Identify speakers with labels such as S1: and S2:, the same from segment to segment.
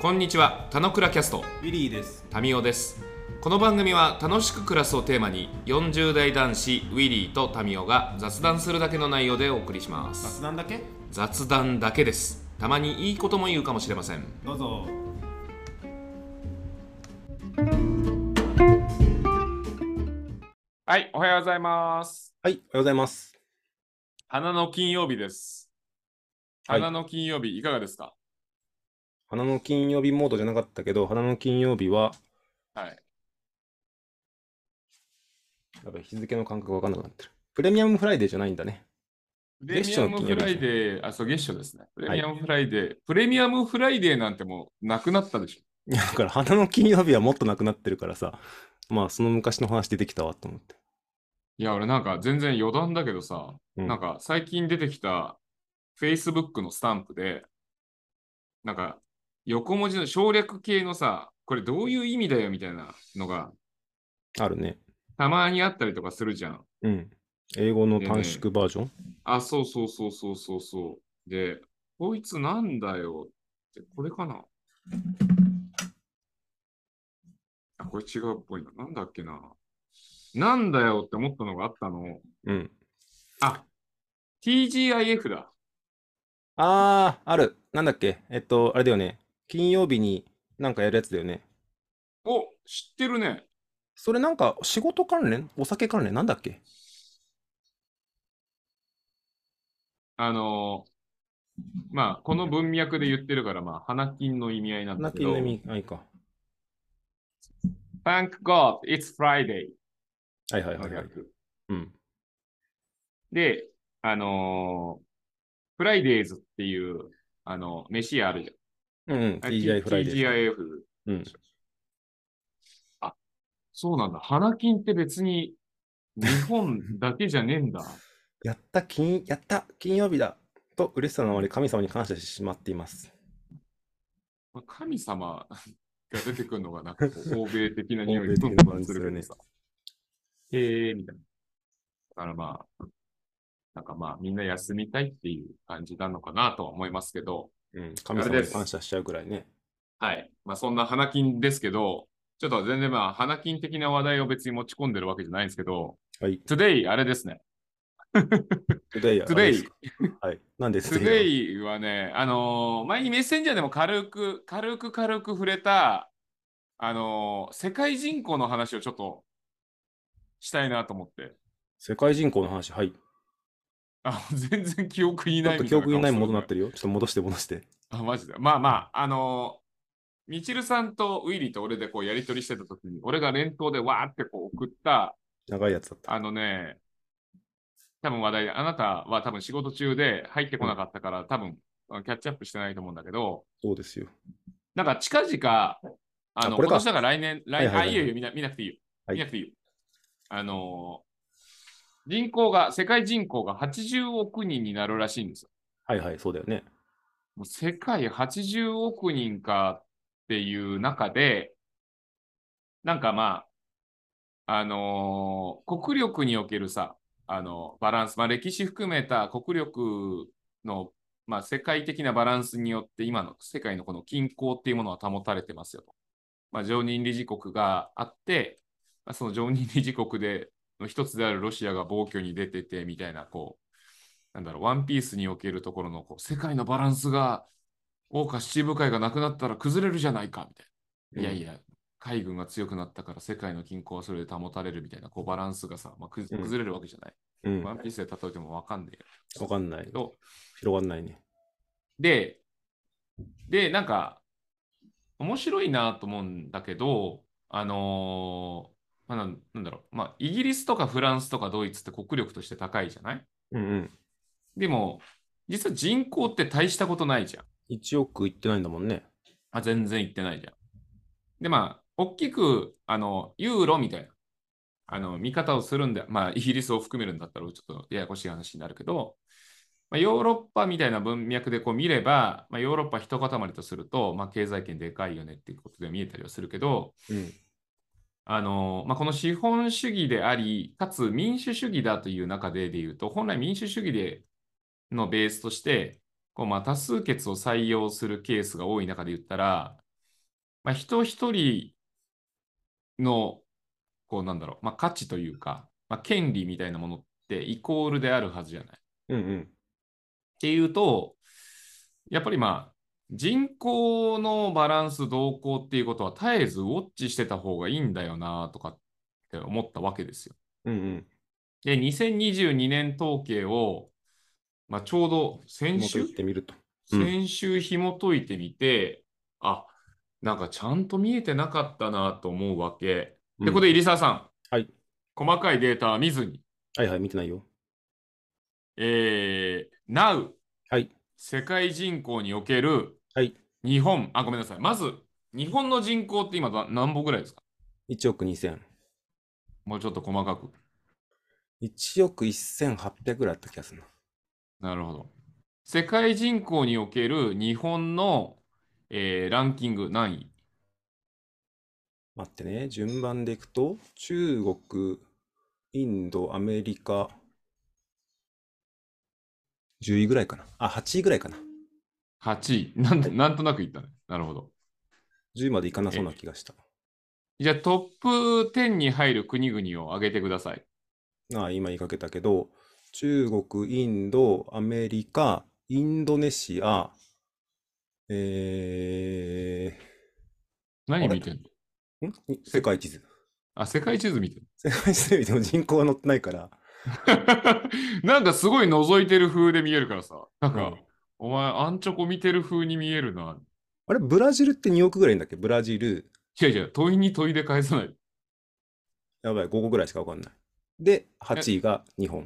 S1: こんにちは、たのくらキャスト、
S2: ウィリーです。
S1: タミオです。この番組は楽しく暮らすをテーマに、40代男子ウィリーとタミオが雑談するだけの内容でお送りします。
S2: 雑談だけ
S1: 雑談だけです。たまにいいことも言うかもしれません。
S2: どうぞ。
S1: はい、おはようございます。
S3: はい、おはようございます。
S1: 花の金曜日です。
S3: はい
S1: 花の金曜日、いかがですか
S3: 花の金曜日モードじゃなかったけど、花の金曜日は、
S1: はい。
S3: やっぱり日付の感覚がわかんなくなってる。プレミアムフライデーじゃないんだね。
S1: プレミアムフライデー、あ、そう、月初ですね。プレミアムフライデー、プレミアムフライデーなんてもうなくなったでしょ。
S3: いや、だから花の金曜日はもっとなくなってるからさ、まあその昔の話出てきたわと思って。
S1: いや、俺なんか全然余談だけどさ、
S3: うん
S1: なんか最近出てきた Facebook のスタンプで、なんか横文字の省略系のさ、これどういう意味だよみたいなのが
S3: あるね。
S1: たまにあったりとかするじゃん。
S3: うん。英語の
S1: でね
S3: 短縮バージョン、
S1: あ、そうそうそうそうそうそう。で、こいつなんだよって、これかなあ、これ違うっぽいな。なんだっけな。なんだよって思ったのがあったの。
S3: うん。
S1: あ、TGIF だ。
S3: あー、ある。なんだっけえっと、あれだよね。金曜日になんかやるやつだよね。
S1: お、知ってるね。
S3: それなんか仕事関連お酒関連なんだっけ
S1: あのーまあ、この文脈で言ってるから、まあ、花金の意味合いなんだ
S3: 花
S1: け
S3: 金
S1: ど
S3: の、意味、あ、いいか。
S1: Thank God, it's Friday
S3: はいはい
S1: の
S3: はいはい。
S1: 略。
S3: うん。
S1: で、あのー、Fridays っていう、あの、飯屋あるじ
S3: うんうん。
S1: ゃん。
S3: TGI フライデー。
S1: TGIF。
S3: うん。
S1: そうなんだ。花金って別に日本だけじゃねえんだ。
S3: やった、金、やった、金曜日だ。と、嬉しさのあまり神様に感謝してしまっています。
S1: まあ神様が出てくるのがなんかこ う欧米的な匂い
S3: 欧米的な感じするね
S1: プンプンするけどさへえ、みたいな。だからまあ、なんかまあみんな休みたいっていう感じなのかなとは思いますけど、
S3: うん、神
S1: あれ
S3: 様
S1: で
S3: に
S1: す
S3: 感謝しちゃうぐらいね。
S1: はい。まあそんな花金ですけど、ちょっと全然まあ花金的な話題を別に持ち込んでるわけじゃないんですけど、
S3: はい。
S1: Today あれですね。
S3: Today あれです
S1: Today
S3: か。はい。なんで Today
S1: Today はね、あのー前にメッセンジャーでも軽く、軽く軽く触れた、あのー世界人口の話をちょっとしたいなと思って。
S3: 世界人口の話。はい。
S1: あ全然記憶に
S3: ちょ
S1: な
S3: っ
S1: い
S3: と
S1: みたいな
S3: 記
S1: 顔
S3: 憶にない
S1: す
S3: ものに
S1: る
S3: なってるよ。ちょっと戻して戻して。
S1: あ、マジで。まあまあ、あのーみちるさんとウィリーと俺でこうやりとりしてた時に、俺が連投でわーってこう送った、
S3: 長いやつだった。
S1: あのね、多分話題で、あなたは多分仕事中で入ってこなかったから、多分キャッチアップしてないと思うんだけど、
S3: そうですよ。
S1: なんか近々、あの、
S3: これ
S1: 今
S3: か
S1: 年だから来年、来
S3: はいはいはい
S1: あ、いいよいいよ、見な見なくていいよ。
S3: はい
S1: 見なくていいよ。あのー人口が、世界人口が80億人になるらしいんですよ。
S3: はいはい、そうだよね。
S1: もう世界80億人かっていう中で、なんかまあ、あのー国力におけるさ、あの、バランス、まあ歴史含めた国力の、まあ世界的なバランスによって今の世界のこの均衡っていうものは保たれてますよと。まあ常任理事国があって、まあ、その常任理事国での一つであるロシアが暴挙に出ててみたいな、こう、なんだろう、ワンピースにおけるところのこう世界のバランスが、謳歌七部会がなくなったら崩れるじゃないか、みたいな。
S3: うん
S1: いやいや、海軍が強くなったから世界の均衡はそれで保たれるみたいな、こうバランスがさ、まあ、くず
S3: うん
S1: 崩れるわけじゃない。
S3: うん。
S1: ワ
S3: わ
S1: ンピースで例えてもわかんない
S3: かんない
S1: け。ど、
S3: 広がんないね。
S1: で、で、なんか、面白いなと思うんだけど、あのーまあ、なんなんだろう、まあ、イギリスとかフランスとかドイツって国力として高いじゃない
S3: うんうん。
S1: でも、実は人口って大したことないじゃん。
S3: 1億いってないんだもんね。
S1: あ、全然行ってないじゃん。で、まあ、大きく、あの、ユーロみたいな、あの、見方をするんで、まあ、イギリスを含めるんだったら、ちょっとややこしい話になるけど、まあ、ヨーロッパみたいな文脈でこう見れば、まあ、ヨーロッパ一塊とすると、まあ、経済圏でかいよねっていうことで見えたりはするけど、
S3: うん。
S1: あの、まあ、この資本主義であり、かつ民主主義だという中でで言うと、本来民主主義でのベースとして、こうまあ多数決を採用するケースが多い中で言ったら、まあ、人一人の、こうなんだろう、まあ、価値というか、まあ、権利みたいなものってイコールであるはずじゃない。っ
S3: うんうん。
S1: ていうと、やっぱりまあ、人口のバランス動向っていうことは絶えずウォッチしてた方がいいんだよなとかって思ったわけですよ。
S3: うんうん。
S1: で、2022年統計を、まあ、ちょうど先
S3: もっと
S1: 週
S3: 言ってみると。うん
S1: 先週紐解いてみて、あ、なんかちゃんと見えてなかったなと思うわけ。で、ここで入澤さん、
S3: はい
S1: 細かいデータは見ずに、
S3: はいはい、見てないよ。
S1: えー、Now、
S3: はい
S1: 世界人口における
S3: はい
S1: 日本、あ、ごめんなさい、まず日本の人口って今な何歩ぐらいですか
S3: 1億2000。
S1: もうちょっと細かく。
S3: 1億1800ぐらいあった気がするな。
S1: なるほど。世界人口における日本の、えーランキング何位
S3: 待ってね、順番でいくと、中国、インド、アメリカ、10位ぐらいかな。あ、8位ぐらいかな。
S1: ?8 位なん。なんとなく言ったね。なるほど。
S3: 10までいかなそうな気がした。
S1: じゃあトップ10に入る国々を挙げてください。
S3: ああ、今言いかけたけど、中国、インド、アメリカ、インドネシア、え
S1: 何見てんの
S3: ー、ん世界地図。
S1: あ、世界地図見てん
S3: 世界地図見ても人口は載ってないから、
S1: のなんかすごい覗いてる風で見えるからさ。なんか、
S3: うん
S1: お前、アンチョコ見てる風に見えるな。
S3: あれ、ブラジルって2億ぐらいいんだっけブラジル、
S1: 違う違う、問いに問いで返さない。
S3: やばい、5個ぐらいしかわかんない。で、8位が日本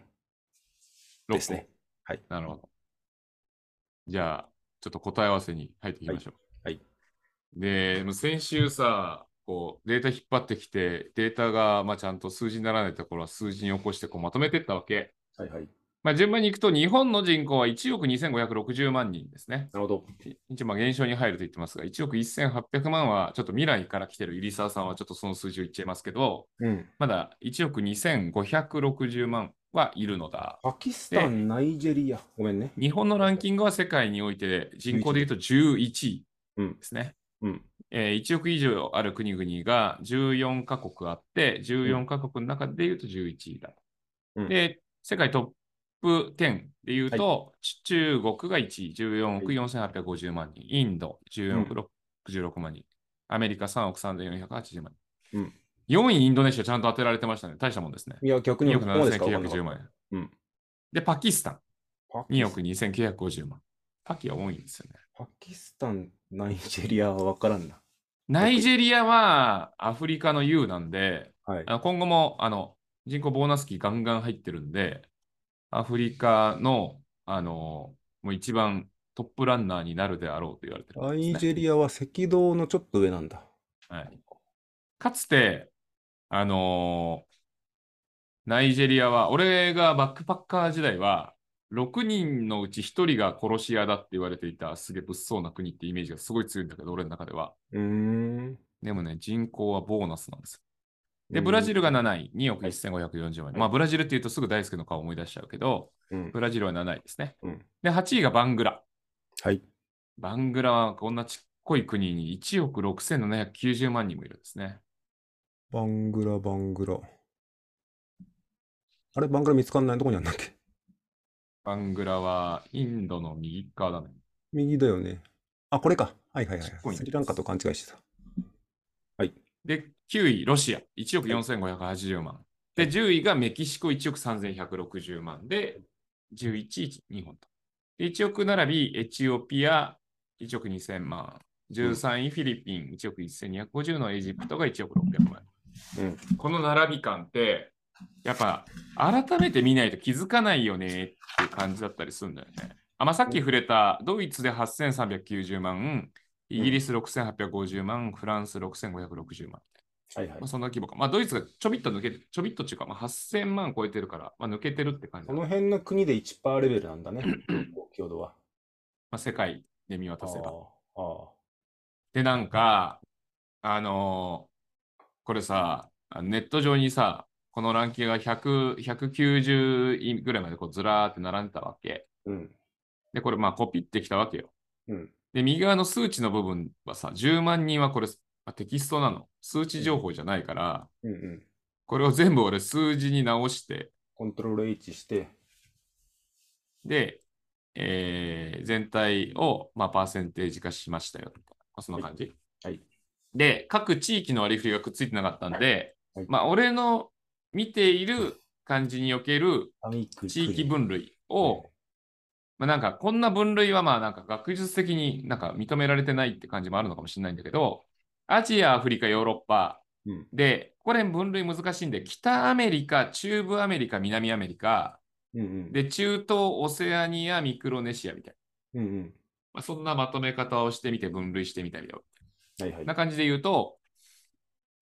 S1: 六個
S3: ですね。はい。
S1: なるほど。じゃあ、ちょっと答え合わせに入っていきましょう。
S3: はいは
S1: で、もう先週さ、こうデータ引っ張ってきて、データがまあちゃんと数字にならないところは数字に起こしてこうまとめていったわけ。
S3: はいはい。
S1: まあ、順番に行くと、日本の人口は1億2560万人ですね。
S3: なるほど。
S1: 一応、まあ減少に入ると言ってますが、1億1800万は、ちょっと未来から来てる入澤さんは、ちょっとその数字を言っちゃいますけど、
S3: うん。
S1: まだ1億2560万はいるのだ。
S3: パキスタン、ナイジェリア。ごめんね。
S1: 日本のランキングは世界において人口でいうと11位ですね。
S3: うん。
S1: えー1億以上ある国々が14カ国あって、14カ国の中でいうと11位だ。
S3: うん
S1: で、世界トップ10でいうと、ち中国が1位、14億4850万人、インド14億66万人、アメリカ3億3480万人。
S3: うん
S1: 4位インドネシアちゃんと当てられてましたね。大したもんですね。
S3: いや、逆に
S1: 2
S3: こ
S1: 億
S3: こまでしかわかんなか
S1: 7910
S3: っ
S1: 万円。
S3: うん
S1: で、パキスタン。
S3: た。パキ
S1: 2億2950万。パキは多いんですよね。
S3: パキスタン、ナイジェリアはわからんな。
S1: ナイジェリアはアフリカの U なんで、
S3: はい
S1: あ。の今後もあの人口ボーナス期ガンガン入ってるんで、アフリカのあのもう一番トップランナーになるであろうと言われてる
S3: ナ
S1: んですね、
S3: イジェリアは赤道のちょっと上なんだ。
S1: はい、かつて、あのーナイジェリアは、俺がバックパッカー時代は、6人のうち1人が殺し屋だって言われていた、すげえ物騒な国ってイメージがすごい強いんだけど、俺の中では。
S3: うーん。
S1: でもね、人口はボーナスなんですよ。で、ブラジルが7位、2億1540万人。まあ、ブラジルって言うとすぐ大好きの顔思い出しちゃうけど、
S3: うん。
S1: ブラジルは7位ですね。
S3: うん
S1: で、8位がバングラ。
S3: はい。
S1: バングラはこんなちっこい国に1億6790万人もいるんですね。
S3: バングラ、バングラ。あれ、バングラ見つかんないとこにあんだっけ
S1: バングラはインドの右側だね。
S3: 右だよね。あ、これか。はいはいは
S1: ちっこいね
S3: い。スリランカと勘違いしてた。
S1: で、9位、ロシア、1億4580万。で、10位がメキシコ、1億3160万。で、11位、日本と。で、1億並び、エチオピア、1億2000万。13位、フィリピン、1億1250のエジプトが1億600万。
S3: うん
S1: この並び感って、やっぱ改めて見ないと気づかないよねっていう感じだったりするんだよね。あまあ、さっき触れたドイツで8390万、イギリス6850万、フランス6560万。
S3: はいは
S1: まあ、そんな規模か。まあ、ドイツがちょびっと抜けて、ちょびっとっていうか、まあ、8000万超えてるから、まあ、抜けてるって感じ
S3: こ
S1: だ。
S3: の
S1: ま
S3: 辺の国で1%レベルな んだね。強度は。
S1: あ、世界で見渡せば。
S3: あーあ
S1: で、なんか、あのーこれさ、あネット上にさ、このランキングが100 190位ぐらいまでこうずらーって並んでたわけ。
S3: ー。うん。
S1: で、これまあコピってきたわけよ。
S3: うん。
S1: で、右側の数値の部分はさ、10万人はこれあテキストなの。数値情報じゃないから、
S3: うんうん。
S1: これを全部俺数字に直して、
S3: コントロール H して、
S1: で、えー全体を、まあ、パーセンテージ化しましたよ。まあそんな感じ。
S3: はい
S1: で、各地域の割り振りがくっついてなかったんで、
S3: はい
S1: まあ、俺の見ている感じにおける地域分類を、まあ、なんかこんな分類はまあなんか学術的になんか認められてないって感じもあるのかもしれないんだけど、アジア、アフリカ、ヨーロッパ
S3: うん
S1: で、これ分類難しいんで、北アメリカ、中部アメリカ、南アメリカ、
S3: うんうん。
S1: で、中東、オセアニア、ミクロネシアみたいな、
S3: うんうん。
S1: まあ、そんなまとめ方をしてみて分類してみたりだよ。
S3: はいはい。
S1: な感じで言うと、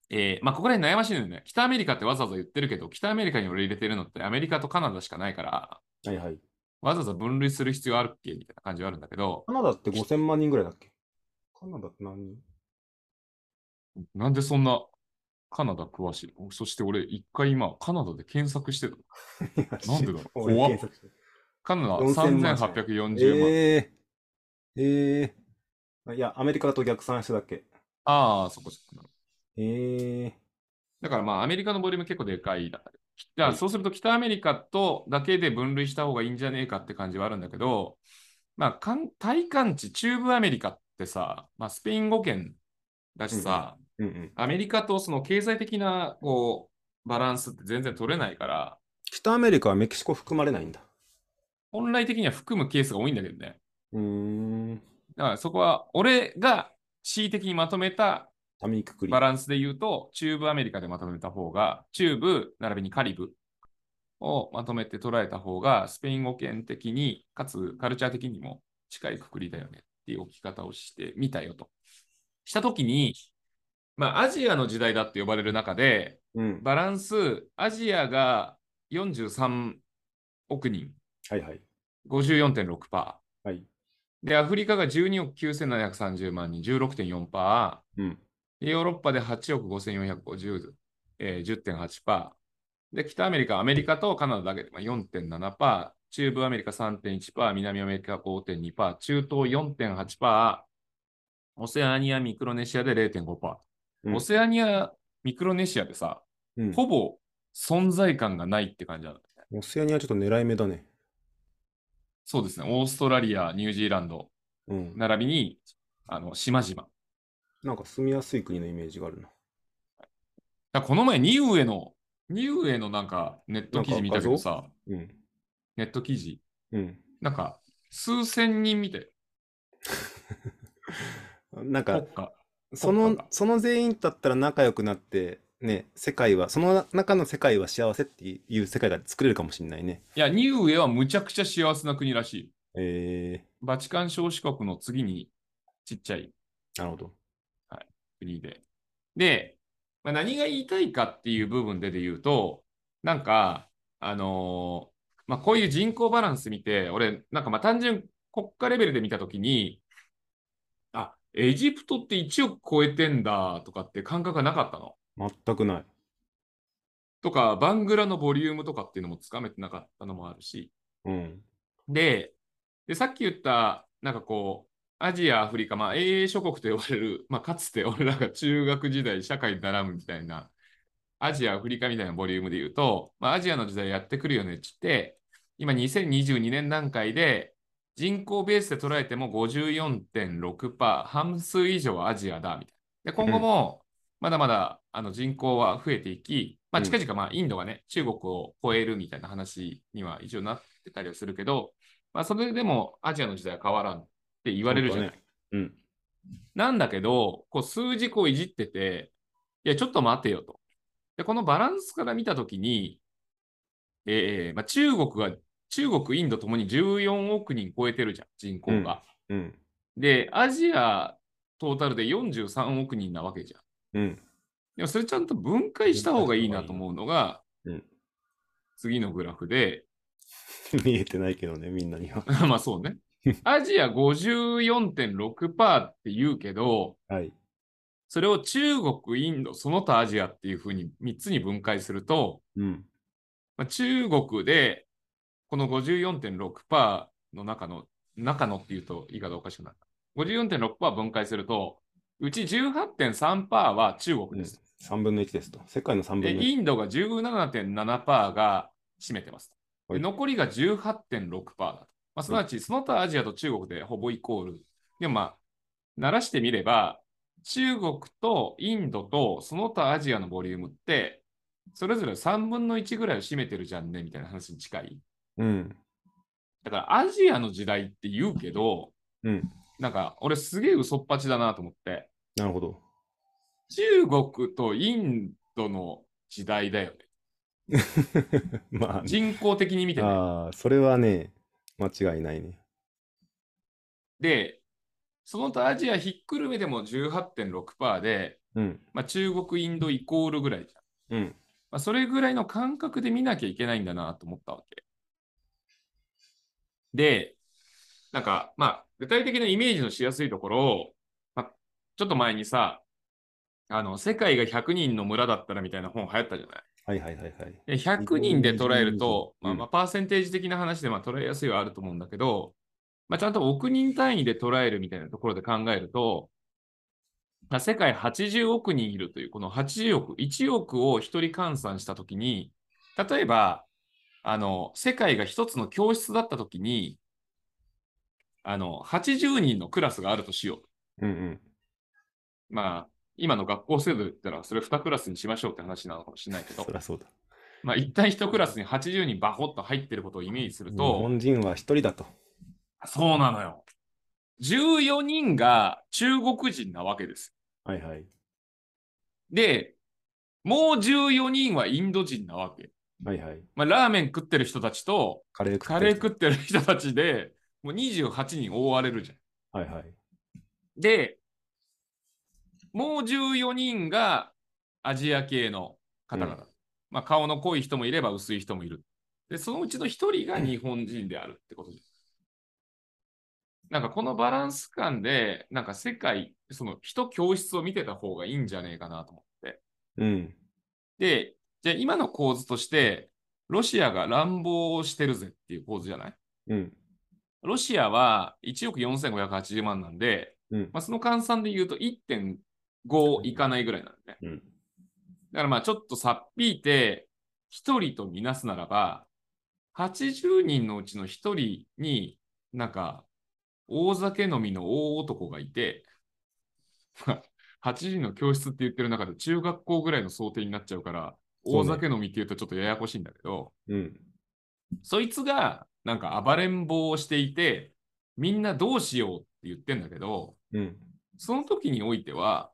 S1: えーまあ、ここら辺悩ましいのよね。北アメリカってわざわざ言ってるけど、北アメリカに俺入れてるのってアメリカとカナダしかないから、
S3: はいはい。
S1: わざわざ分類する必要あるっけみたいな感じはあるんだけど、
S3: カナダって5000万人ぐらいだっけカナダって何人
S1: なんでそんなカナダ詳しいそして俺、一回今、カナダで検索してた。 なんでだろう
S3: 俺
S1: 怖っ
S3: 検索してる
S1: カナダ
S3: 4840万
S1: 3840万。
S3: ええええいや、アメリカと逆算してたっけ
S1: ああ、そこそこ。
S3: ええ
S1: だからまあ、アメリカのボリューム結構でかいだ。じゃ
S3: は
S1: あ、
S3: い
S1: そうすると北アメリカとだけで分類した方がいいんじゃねえかって感じはあるんだけど、まあ、かん体感値、中部アメリカってさ、まあ、スペイン語圏だしさ、
S3: うんうん。
S1: アメリカとその経済的なこうバランスって全然取れないから、
S3: 北アメリカはメキシコ含まれないんだ。
S1: 本来的には含むケースが多いんだけどね。
S3: うーん。
S1: だからそこは、俺が恣意的にまとめた
S3: タミくくり。
S1: バランスで言うと、中部アメリカでまとめた方が、中部並びにカリブをまとめて捉えた方が、スペイン語圏的に、かつカルチャー的にも近いくくりだよねっていう置き方をしてみたよと。したときに、まあ、アジアの時代だって呼ばれる中で、
S3: うん。
S1: バランス、アジアが43億人、
S3: はいはい。
S1: 54.6%。
S3: はい。
S1: で、アフリカが12億9730万人、16.4%。
S3: うん。
S1: でヨーロッパで8億5450、えー、10.8%。で、北アメリカ、アメリカとカナダだけでまあ4.7%、中部アメリカ3.1%、南アメリカ5.2%、中東4.8%、オセアニア、ミクロネシアで0.5%。
S3: うん
S1: オセアニア、ミクロネシアでさ、
S3: うん、
S1: ほぼ存在感がないって感じなの。
S3: オセアニアちょっと狙い目だね。
S1: そうですね、オーストラリア、ニュージーランド、
S3: うん。
S1: 並びにあの島々。
S3: なんか住みやすい国のイメージがあるな。
S1: だからこの前、ニウエの、ニウエのなんかネット記事見たけどさ、
S3: うん。
S1: ネット記事、
S3: うん。
S1: なんか数千人見て、
S3: なんか
S1: 国、家。
S3: そ
S1: 国
S3: の
S1: 家が、
S3: その全員だったら仲良くなって、ね、世界は、その中の世界は幸せっていう世界が作れるかもしれないね。
S1: いや、ニウエはむちゃくちゃ幸せな国らしい。
S3: え
S1: バチカン小四国の次にちっちゃい
S3: ー、なるほど。
S1: 国で。で、まあ、何が言いたいかっていう部分でで言うと、なんか、あのーまあ、こういう人口バランス見て、俺、なんかまあ単純国家レベルで見たときに、あ、エジプトって1億超えてんだとかって感覚がなかったの。
S3: 全くない。
S1: とか、バングラのボリュームとかっていうのもつかめてなかったのもあるし、
S3: うん。
S1: で、でさっき言った、なんかこう、アジア、アフリカ、まあ、英英諸国と呼ばれる、まあ、かつて俺らが中学時代、社会に習うみたいな、アジア、アフリカみたいなボリュームで言うと、まあ、アジアの時代やってくるよねっつって、今2022年段階で、人口ベースで捉えても54.6%、半数以上はアジアだ、みたいな。で、今後も、まだまだあの人口は増えていき、まあ、
S3: うん
S1: 近々、まあ、インドがね、中国を超えるみたいな話には一応なってたりはするけど、まあ、それでもアジアの時代は変わらんって言われるじゃない。
S3: 本当ね
S1: なんだけど、こう数字こういじってて、いや、ちょっと待てよと。で、このバランスから見たときに、えーまあ、中国が、中国、インドともに14億人超えてるじゃん、人口が。
S3: うん。うん。
S1: で、アジアトータルで43億人なわけじゃん。
S3: うん。
S1: でもそれちゃんと分解した方がいいなと思うのが、
S3: うん
S1: 次のグラフで、
S3: 見えてないけどね、みんなには。
S1: まあそうね。アジア54.6%って言うけど、
S3: はい。
S1: それを中国、インド、その他アジアっていうふうに3つに分解すると、
S3: うん。
S1: まあ、中国でこの54.6%の中の、中のっていうと言い方おかしくなった。54.6%分解すると、うち18.3%は中国です。
S3: 3分の1ですと。世界の3分の
S1: で、
S3: 1。
S1: インドが17.7%が占めてます。
S3: は
S1: で
S3: い
S1: 残りが18.6%だと。まあ、すなわち、その他アジアと中国でほぼイコール。でもまあ、ならしてみれば、中国とインドとその他アジアのボリュームって、それぞれ3分の1ぐらいを占めてるじゃんねみたいな話に近い。
S3: うん。
S1: だからアジアの時代って言うけど、
S3: うん。
S1: なんか俺すげえ嘘っぱちだなと思って、
S3: なるほど。
S1: 中国とインドの時代だよね。
S3: まあ、
S1: 人口的に見てね。
S3: ああ、それはね、間違いないね。
S1: で、その他アジアひっくるめでも18.6%で、
S3: うん。
S1: まあ、中国、インドイコールぐらいじゃん。
S3: うん。
S1: まあ、それぐらいの感覚で見なきゃいけないんだなと思ったわけ。で、なんか、まあ、具体的なイメージのしやすいところを、まあ、ちょっと前にさ、あの、世界が100人の村だったらみたいな本流行ったじゃない
S3: はいはいはいはい。
S1: で100人で捉えると、
S3: うん
S1: まあまあ、パーセンテージ的な話でまあ捉えやすいはあると思うんだけど、まあ、ちゃんと億人単位で捉えるみたいなところで考えると、まあ、世界80億人いるという、この80億、1億を1人換算したときに、例えば、あの、世界が1つの教室だったときに、あの、80人のクラスがあるとしよう。
S3: うんうん。
S1: まあ、今の学校制度で言ったら、それ2クラスにしましょうって話なのかもしれないけど
S3: そ。りゃそうだ。
S1: まあ、一旦一クラスに80人バホッと入ってることをイメージする
S3: 日
S1: と、
S3: 本人は一人だと。
S1: そうなのよ。14人が中国人なわけです。
S3: はいはい。
S1: で、もう14人はインド人なわけ。
S3: はいはい。
S1: まあ、ラーメン食ってる人たちと、
S3: カレー食って
S1: カレー
S3: る
S1: 食ってる人たちで、もう28人覆われるじゃん。
S3: はいはい。
S1: で、もう14人がアジア系の方々。
S3: う
S1: まあ、顔の濃い人もいれば薄い人もいる。で、そのうちの1人が日本人であるってことです。なんかこのバランス感で、なんか世界、その人教室を見てた方がいいんじゃねえかなと思って。
S3: うん。
S1: で、じゃあ今の構図として、ロシアが乱暴をしてるぜっていう構図じゃない
S3: うん。
S1: ロシアは1億4580万なんで、
S3: うん
S1: まあ、その換算で言うと1.5いかないぐらいなんで、ね。
S3: うん。
S1: だからまあちょっとさっぴいて、1人とみなすならば、80人のうちの1人に、なんか、大酒飲みの大男がいて、 まあ8人の教室って言ってる中で中学校ぐらいの想定になっちゃうから、
S3: そうね
S1: 大酒飲みって言うとちょっとややこしいんだけど、
S3: うん。
S1: そいつがなんか暴れん坊をしていて、みんなどうしようって言ってんだけど、
S3: うん。
S1: その時においては、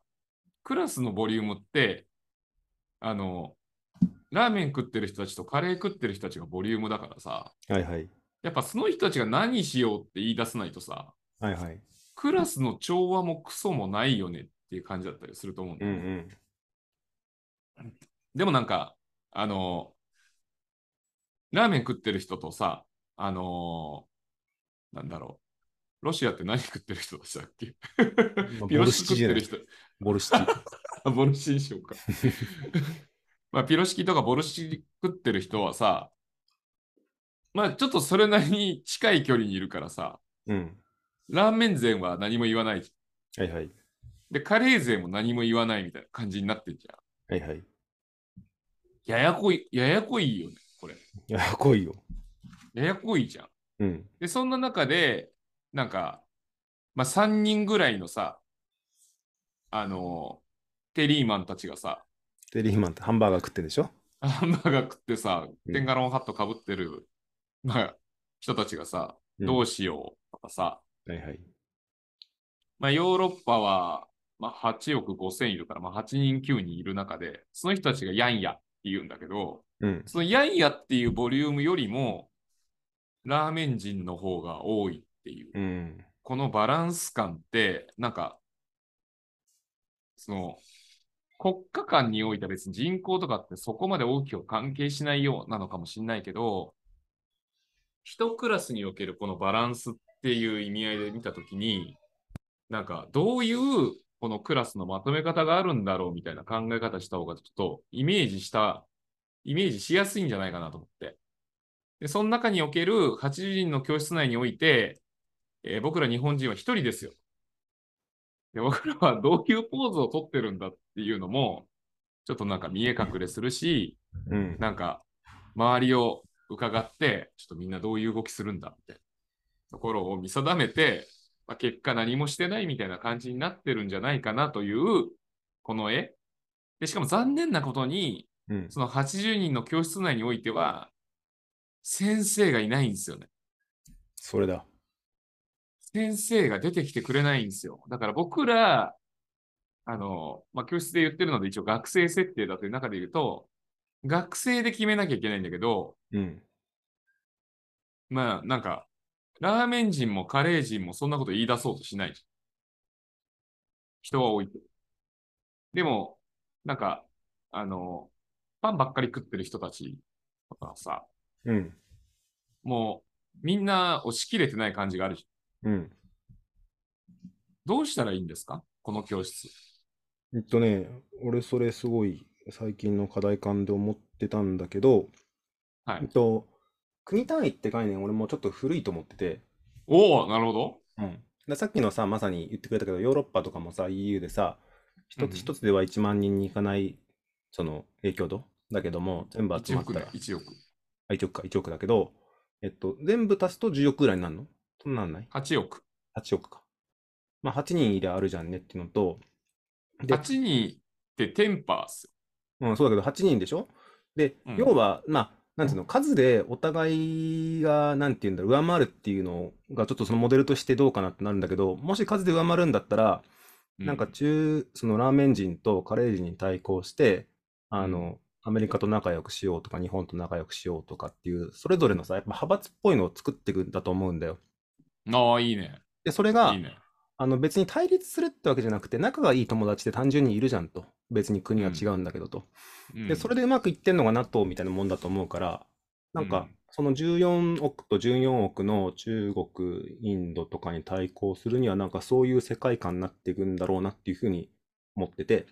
S1: クラスのボリュームって、あの、ラーメン食ってる人たちとカレー食ってる人たちがボリュームだからさ、
S3: はいはい。
S1: やっぱその人たちが何しようって言い出さないとさ、
S3: はいはい。
S1: クラスの調和もクソもないよねっていう感じだったりすると思うんだ
S3: うん
S1: よ
S3: う
S1: ね
S3: ん。
S1: でもなんか、あのラーメン食ってる人とさ、あのなんだろう、ロシアって何食ってる人でしたっけ
S3: まあ
S1: ピロシキ食ってる人、
S3: ボルシチ。
S1: あボルシチにしようか。 まあ、ピロシキとかボルシチ食ってる人はさ、まあちょっとそれなりに近い距離にいるからさ、
S3: うん。
S1: ラーメン勢は何も言わない。
S3: はいはい。
S1: で、カレー勢も何も言わないみたいな感じになってんじ
S3: はいはい。
S1: ゃん。ややこい、ややこいよね、これ。
S3: ややこいよ。
S1: ややこいじゃん。
S3: うん。
S1: で、そんな中で、なんか、まあ、3人ぐらいのさ、あのテリーマンたちがさ、
S3: テリーマンってハンバーガー食ってるでしょ
S1: ハンバーガー食ってさ、
S3: うん
S1: テンガロンハットかぶってる、まあ、人たちがさ、
S3: うん
S1: どうしようとかさ、
S3: はいはい。
S1: まあ、ヨーロッパは、まあ、8億5千いるから、まあ、8人9人いる中で、その人たちがヤンヤって言うんだけど、
S3: うん。
S1: そのヤンヤっていうボリュームよりも、ラーメン人の方が多いっていう。
S3: うん。
S1: このバランス感って、なんか、その、国家間においては別に人口とかってそこまで大きく関係しないようなのかもしれないけど、一クラスにおけるこのバランスっていう意味合いで見たときに、なんかどういうこのクラスのまとめ方があるんだろうみたいな考え方した方がちょっとイメージした、イメージしやすいんじゃないかなと思って。で、その中における80人の教室内において、えー僕ら日本人は一人ですよ。で、僕らはどういうポーズをとってるんだっていうのも、ちょっとなんか見え隠れするし、
S3: うん。
S1: なんか周りを伺って、ちょっとみんなどういう動きするんだみたいなところを見定めて、まあ、結果何もしてないみたいな感じになってるんじゃないかなという、この絵。で、しかも残念なことに、
S3: うん。
S1: その80人の教室内においては、先生がいないんですよね。
S3: それだ。
S1: 先生が出てきてくれないんですよ。だから僕ら、あの、まあ、教室で言ってるので一応学生設定だという中で言うと、学生で決めなきゃいけないんだけど、
S3: うん。
S1: まあなんか、ラーメン人もカレー人もそんなこと言い出そうとしない。人は多いけど。でも、なんか、あの、パンばっかり食ってる人たちとかさ、
S3: うん。
S1: もうみんな押し切れてない感じがあるじゃん。
S3: うん。
S1: どうしたらいいんですかこの教室。
S3: えっとね、俺それすごい最近の課題感で思ってたんだけど、
S1: は
S3: え
S1: い。
S3: っと、国単位って概念俺もちょっと古いと思ってて、
S1: おお、なるほど。
S3: うん、でさっきのさ、まさに言ってくれたけど、ヨーロッパとかもさ、EU でさ、一
S1: うん
S3: つ一つでは1万人にいかない、その影響度だけども、全部集
S1: 1
S3: まっ
S1: 億
S3: た
S1: だ
S3: ら、、
S1: 1億。
S3: あ、1億か、1億だけど、えっと、全部足すと10億ぐらいになるのそんなんない
S1: 8億。
S3: ?8 億か。まあ、8人いりゃあるじゃんねっていうのと、で、
S1: 8人ってテンパーっすよ。
S3: うん、そうだけど8人でしょで、
S1: うん
S3: 要は、まあ、なんていうの、数でお互いが、なんていうんだろう、上回るっていうのが、ちょっとそのモデルとしてどうかなってなるんだけど、もし数で上回るんだったら、
S1: う
S3: なんか中、そのラーメン人とカレー人に対抗して、あの、アメリカと仲良くしようとか、日本と仲良くしようとかっていう、それぞれのさ、やっぱ派閥っぽいのを作っていくんだと思うんだよ。
S1: ああ、いいね。
S3: で、それが、
S1: いいね。
S3: あの別に対立するってわけじゃなくて、仲がいい友達で単純にいるじゃんと。別に国は違うんだけどと。で、それ
S1: で、
S3: でうまくいってんのが NATO みたいなもんだと思うから、なん
S1: う
S3: か
S1: ん、
S3: その14億と14億の中国、インドとかに対抗するには、なんかそういう世界観になっていくんだろうなっていうふうに思ってて、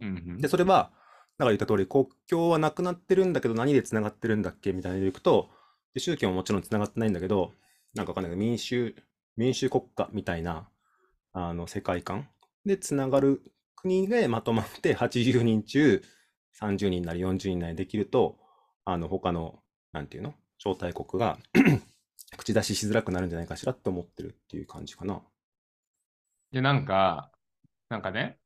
S1: うんうん
S3: で、それは、だから言った通り、国境はなくなってるんだけど、何でつながってるんだっけみたいなのでいくと、で宗教ももちろんつながってないんだけど、なんかわかんないけど、民衆、民衆国家みたいな、あの、世界観でつながる国でまとまって80人中30人なり40人なりできると、あの、他の、なんていうの招待国が 口出ししづらくなるんじゃないかしらって思ってるっていう感じかな。
S1: で、なんか、なんかね、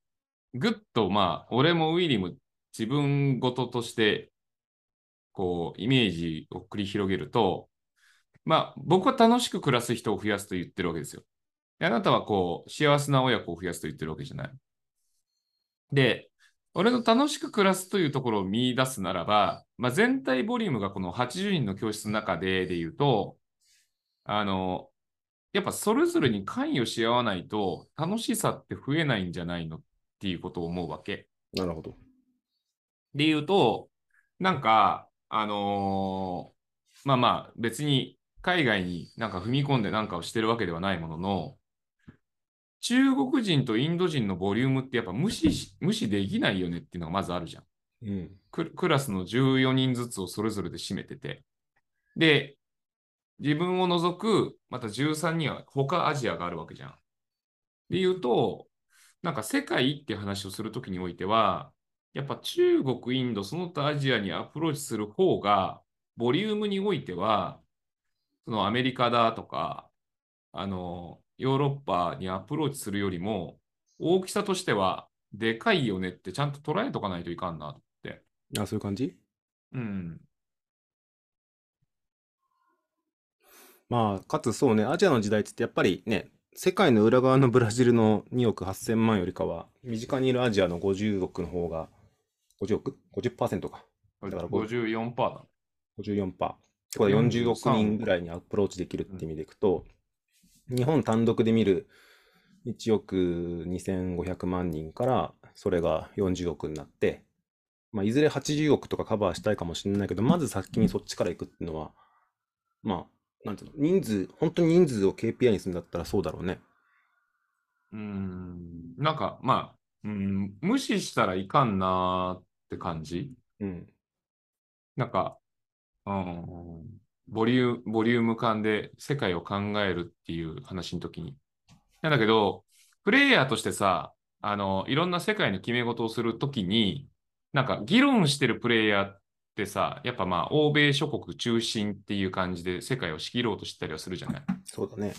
S1: ぐっとまあ、俺もウィリーも自分ごととして、こう、イメージを繰り広げると、まあ、僕は楽しく暮らす人を増やすと言ってるわけですよ。であなたはこう、幸せな親子を増やすと言ってるわけじゃない。で、俺の楽しく暮らすというところを見出すならば、まあ、全体ボリュームがこの80人の教室の中でで言うと、あの、やっぱそれぞれに関与し合わないと楽しさって増えないんじゃないのっていうことを思うわけ。
S3: なるほど。
S1: で言うと、なんか、あのーまあまあ別に海外になんか踏み込んでなんかをしてるわけではないものの、中国人とインド人のボリュームってやっぱ無視し、無視できないよねっていうのがまずあるじゃん。
S3: うん。
S1: ククラスの14人ずつをそれぞれで占めてて、で、自分を除く、また13人は他アジアがあるわけじゃん。で言うと、なんか世界って話をするときにおいては、やっぱ中国、インド、その他アジアにアプローチする方が、ボリュームにおいては、そのアメリカだとか、あの、ヨーロッパにアプローチするよりも、大きさとしては、でかいよねってちゃんと捉えとかないといかんなって
S3: あ、そういう感じ
S1: うん。
S3: まあ、かつそうね、アジアの時代ってやっぱりね、世界の裏側のブラジルの2億8000万よりかは、身近にいるアジアの50億の方が、50億 ?50% か。だからこう
S1: 54%だ。
S3: 54%。ってことは40億
S1: 43
S3: 人ぐらいにアプローチできるって意味でいくと、日本単独で見る1億2500万人から、それが40億になって、まあ、いずれ80億とかカバーしたいかもしれないけど、まず先にそっちから行くっていうのは、まあ、なんていうの、人数、本当に人数を KPI にするんだったらそうだろうね。
S1: うん。なんか、まあ、うん、無視したらいかんなーって感じ。
S3: うん。
S1: なんか、うん、ボリューボリューム感で世界を考えるっていう話の時に。なんだけど、プレイヤーとしてさ、あの、いろんな世界の決め事をするときに、なんか議論してるプレイヤーってさ、やっぱまあ、欧米諸国中心っていう感じで世界を仕切ろうとしてたりはするじゃない。
S3: そうだね。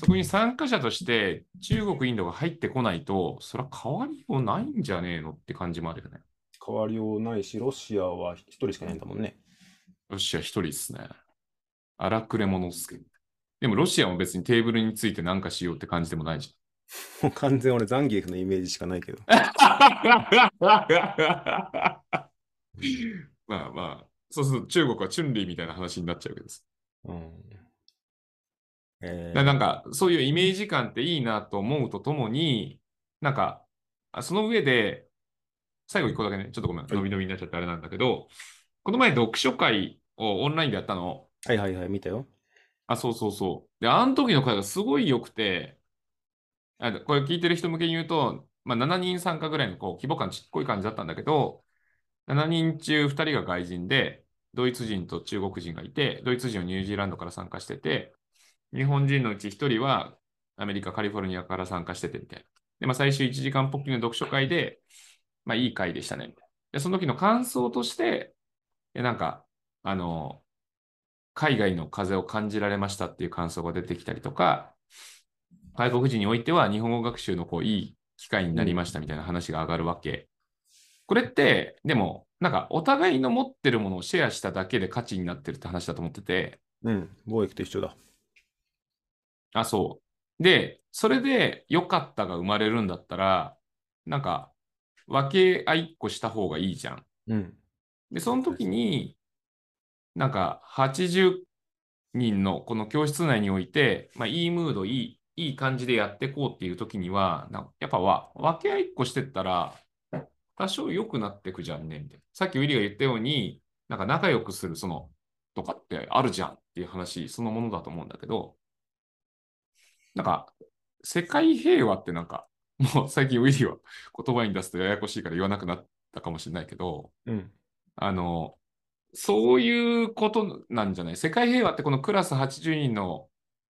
S1: そこに参加者として中国、インドが入ってこないと、それは変わりようないんじゃねえのって感じもあるよね。
S3: 変わりようないし、ロシアは一人しかいないんだもんね。
S1: ロシア一人ですね。荒くれ者っすけど。でもロシアも別にテーブルについて何かしようって感じでもないじゃん。
S3: もう完全俺ザンギエフのイメージしかないけど。
S1: まあまあ、そうすると中国はチュンリーみたいな話になっちゃうわけです。
S3: うん。えー
S1: ななんか、そういうイメージ感っていいなと思うとともに、なんか、あその上で、最後一個だけね、ちょっとごめん、
S3: い
S1: 伸び伸びになっちゃってあれなんだけど、この前読書会をオンラインでやったの。
S3: はいはいはい、見たよ。
S1: あ、そうそうそう。で、あの時の会がすごい良くて、あこれ聞いてる人向けに言うと、まあ、7人参加ぐらいのこう規模感ちっこい感じだったんだけど、7人中2人が外人で、ドイツ人と中国人がいて、ドイツ人はニュージーランドから参加してて、日本人のうち1人はアメリカ、カリフォルニアから参加しててみたいな。で、まあ、最終1時間ポッキリの読書会で、まあ、いい会でしたね。で、その時の感想として、えなんか、あの、海外の風を感じられましたっていう感想が出てきたりとか、外国人においては日本語学習のこういい機会になりましたみたいな話が上がるわけ。これって、でも、なんかお互いの持ってるものをシェアしただけで価値になってるって話だと思ってて、
S3: うん、貿易と一緒だ。
S1: あ、そう。で、それで良かったが生まれるんだったら、なんか分け合いっこした方がいいじゃん。
S3: うん。
S1: で、その時に、なんか80人のこの教室内において、まあ、いいムード、いい、いい感じでやっていこうっていう時には、なんかやっぱわ分け合いっこしてったら、多少良くなってくじゃんね、みたいな。さっきウィリが言ったように、なんか仲良くする、その、とかってあるじゃんっていう話そのものだと思うんだけど、なんか、世界平和ってなんか、もう最近ウィリは言葉に出すとややこしいから言わなくなったかもしれないけど、
S3: うん。
S1: あの、そういうことなんじゃない世界平和ってこのクラス80人の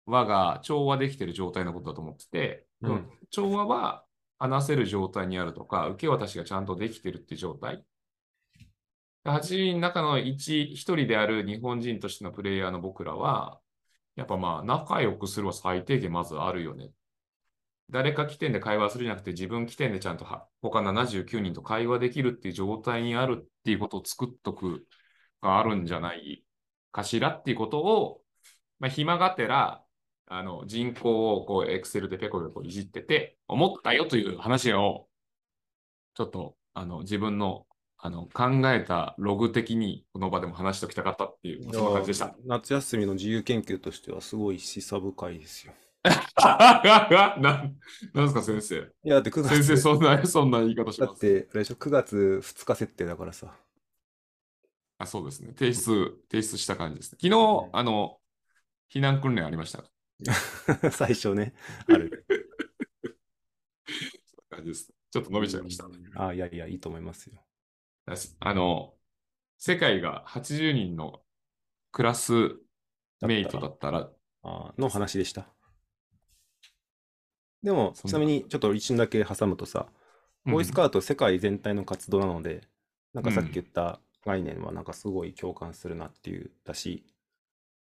S1: 輪が調和できてる状態のことだと思ってて、
S3: うん
S1: この調和は話せる状態にあるとか、受け渡しがちゃんとできてるっていう状態。80人の中の1、1人である日本人としてのプレイヤーの僕らは、やっぱまあ仲良くするは最低限まずあるよね。誰か起点で会話するんじゃなくて自分起点でちゃんとは他79人と会話できるっていう状態にあるっていうことを作っとくがあるんじゃないかしらっていうことを、まあ、暇がてらあの人口をこうエクセルでペコペコいじってて思ったよという話をちょっとあの自分のあの考えたログ的にこの場でも話しておきたかったっていうそんな感じでした。
S3: 夏休みの自由研究としてはすごい示唆深いですよ。
S1: なんなんですか先生
S3: いや、だって9
S1: 先
S3: 月、
S1: 生そんなそんな言い方し
S3: だ
S1: ま
S3: っ
S1: す。
S3: て、あれでしょ、9月2日設定だからさ。
S1: あ、そうですね。提出、提出した感じですね。昨日、あの、避難訓練ありましたか
S3: 最初ね、ある。
S1: ら感じです。ちょっと伸びちゃいました。
S3: あいやいや、いいと思いますよ。
S1: ですあの、世界が80人のクラスメイトだったら、
S3: あの話でした。でも、
S1: そんな
S3: ちなみにちょっと一瞬だけ挟むとさ、
S1: うん
S3: ボーイスカート世界全体の活動なので、なんかさっき言った概念はなんかすごい共感するなっていうだし、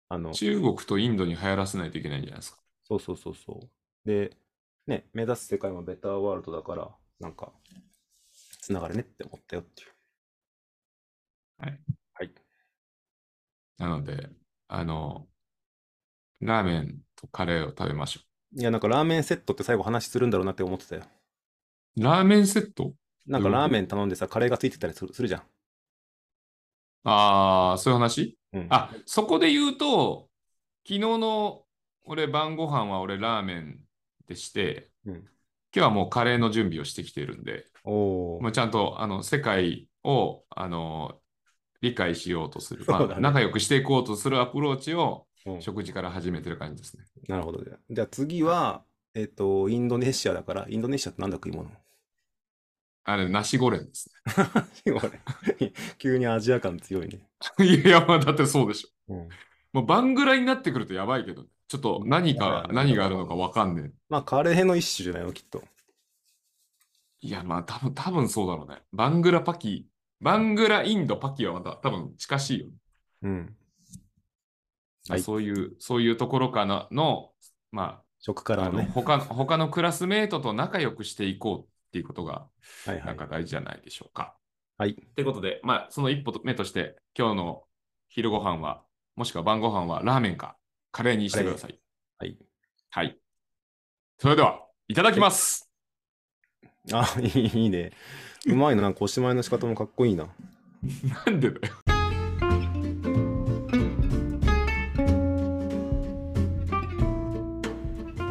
S3: あの、
S1: 中国とインドに流行らせないといけないんじゃないですか。
S3: そうそうそうそう。で、ね、目指す世界もベターワールドだから、なんか、つながるねって思ったよっていう。
S1: なので、あの、ラーメンとカレーを食べましょ
S3: いや、なんかラーメンセットって最後話するんだろうなって思ってたよ。
S1: う。ラーメンセット
S3: なんかラーメン頼んでさ、カレーがついてたりするするじゃん。
S1: ああ、そういう話
S3: うん、
S1: あ、そこで言うと、昨日の俺晩ご飯は俺ラーメンでして、
S3: うん
S1: 今日はもうカレーの準備をしてきているんで、
S3: おー
S1: まあ、ちゃんとあの世界をあの理解しようとする、
S3: そうだね
S1: まあ仲良くしていこうとするアプローチを
S3: うん
S1: 食事から始めてる感じですね。
S3: なるほど。じゃあ次は、えっ、と、インドネシアだから、インドネシアってなんだ食い物
S1: あれ、ナシゴレンです
S3: 俺 急にアジア感強いね。
S1: ね。いや、まあだってそうでしょ。
S3: うん
S1: もう晩ぐらいになってくるとやばいけど、ちょっと何
S3: はい
S1: か
S3: はい
S1: 何があるのかわかんね
S3: まあ、カレーの一種じゃないの、きっと。
S1: え。いや、まあ多分、多分そうだろうね。バングラパキ、バングラインドパキはまた多分近しいよね。
S3: うん。
S1: まあ
S3: はい
S1: そういう、そういうところかなの、ま
S3: 食か
S1: あ、
S3: ら
S1: あ
S3: の
S1: の
S3: ね。
S1: 他、他のクラスメートと仲良くしていこうっていうことが、
S3: はいは
S1: なん
S3: い。
S1: か大事じゃないでしょうか。
S3: はい。
S1: ってことで、まあ、その一歩目として、今日の昼ご飯は、もしくは晩ご飯はラーメンか、カレーにしてください。
S3: はい。
S1: はい。それでは、いただきます。
S3: あ、 いいいいね。うまいな、なんかおしまいの仕方もかっこいいな。
S1: なんでだよ。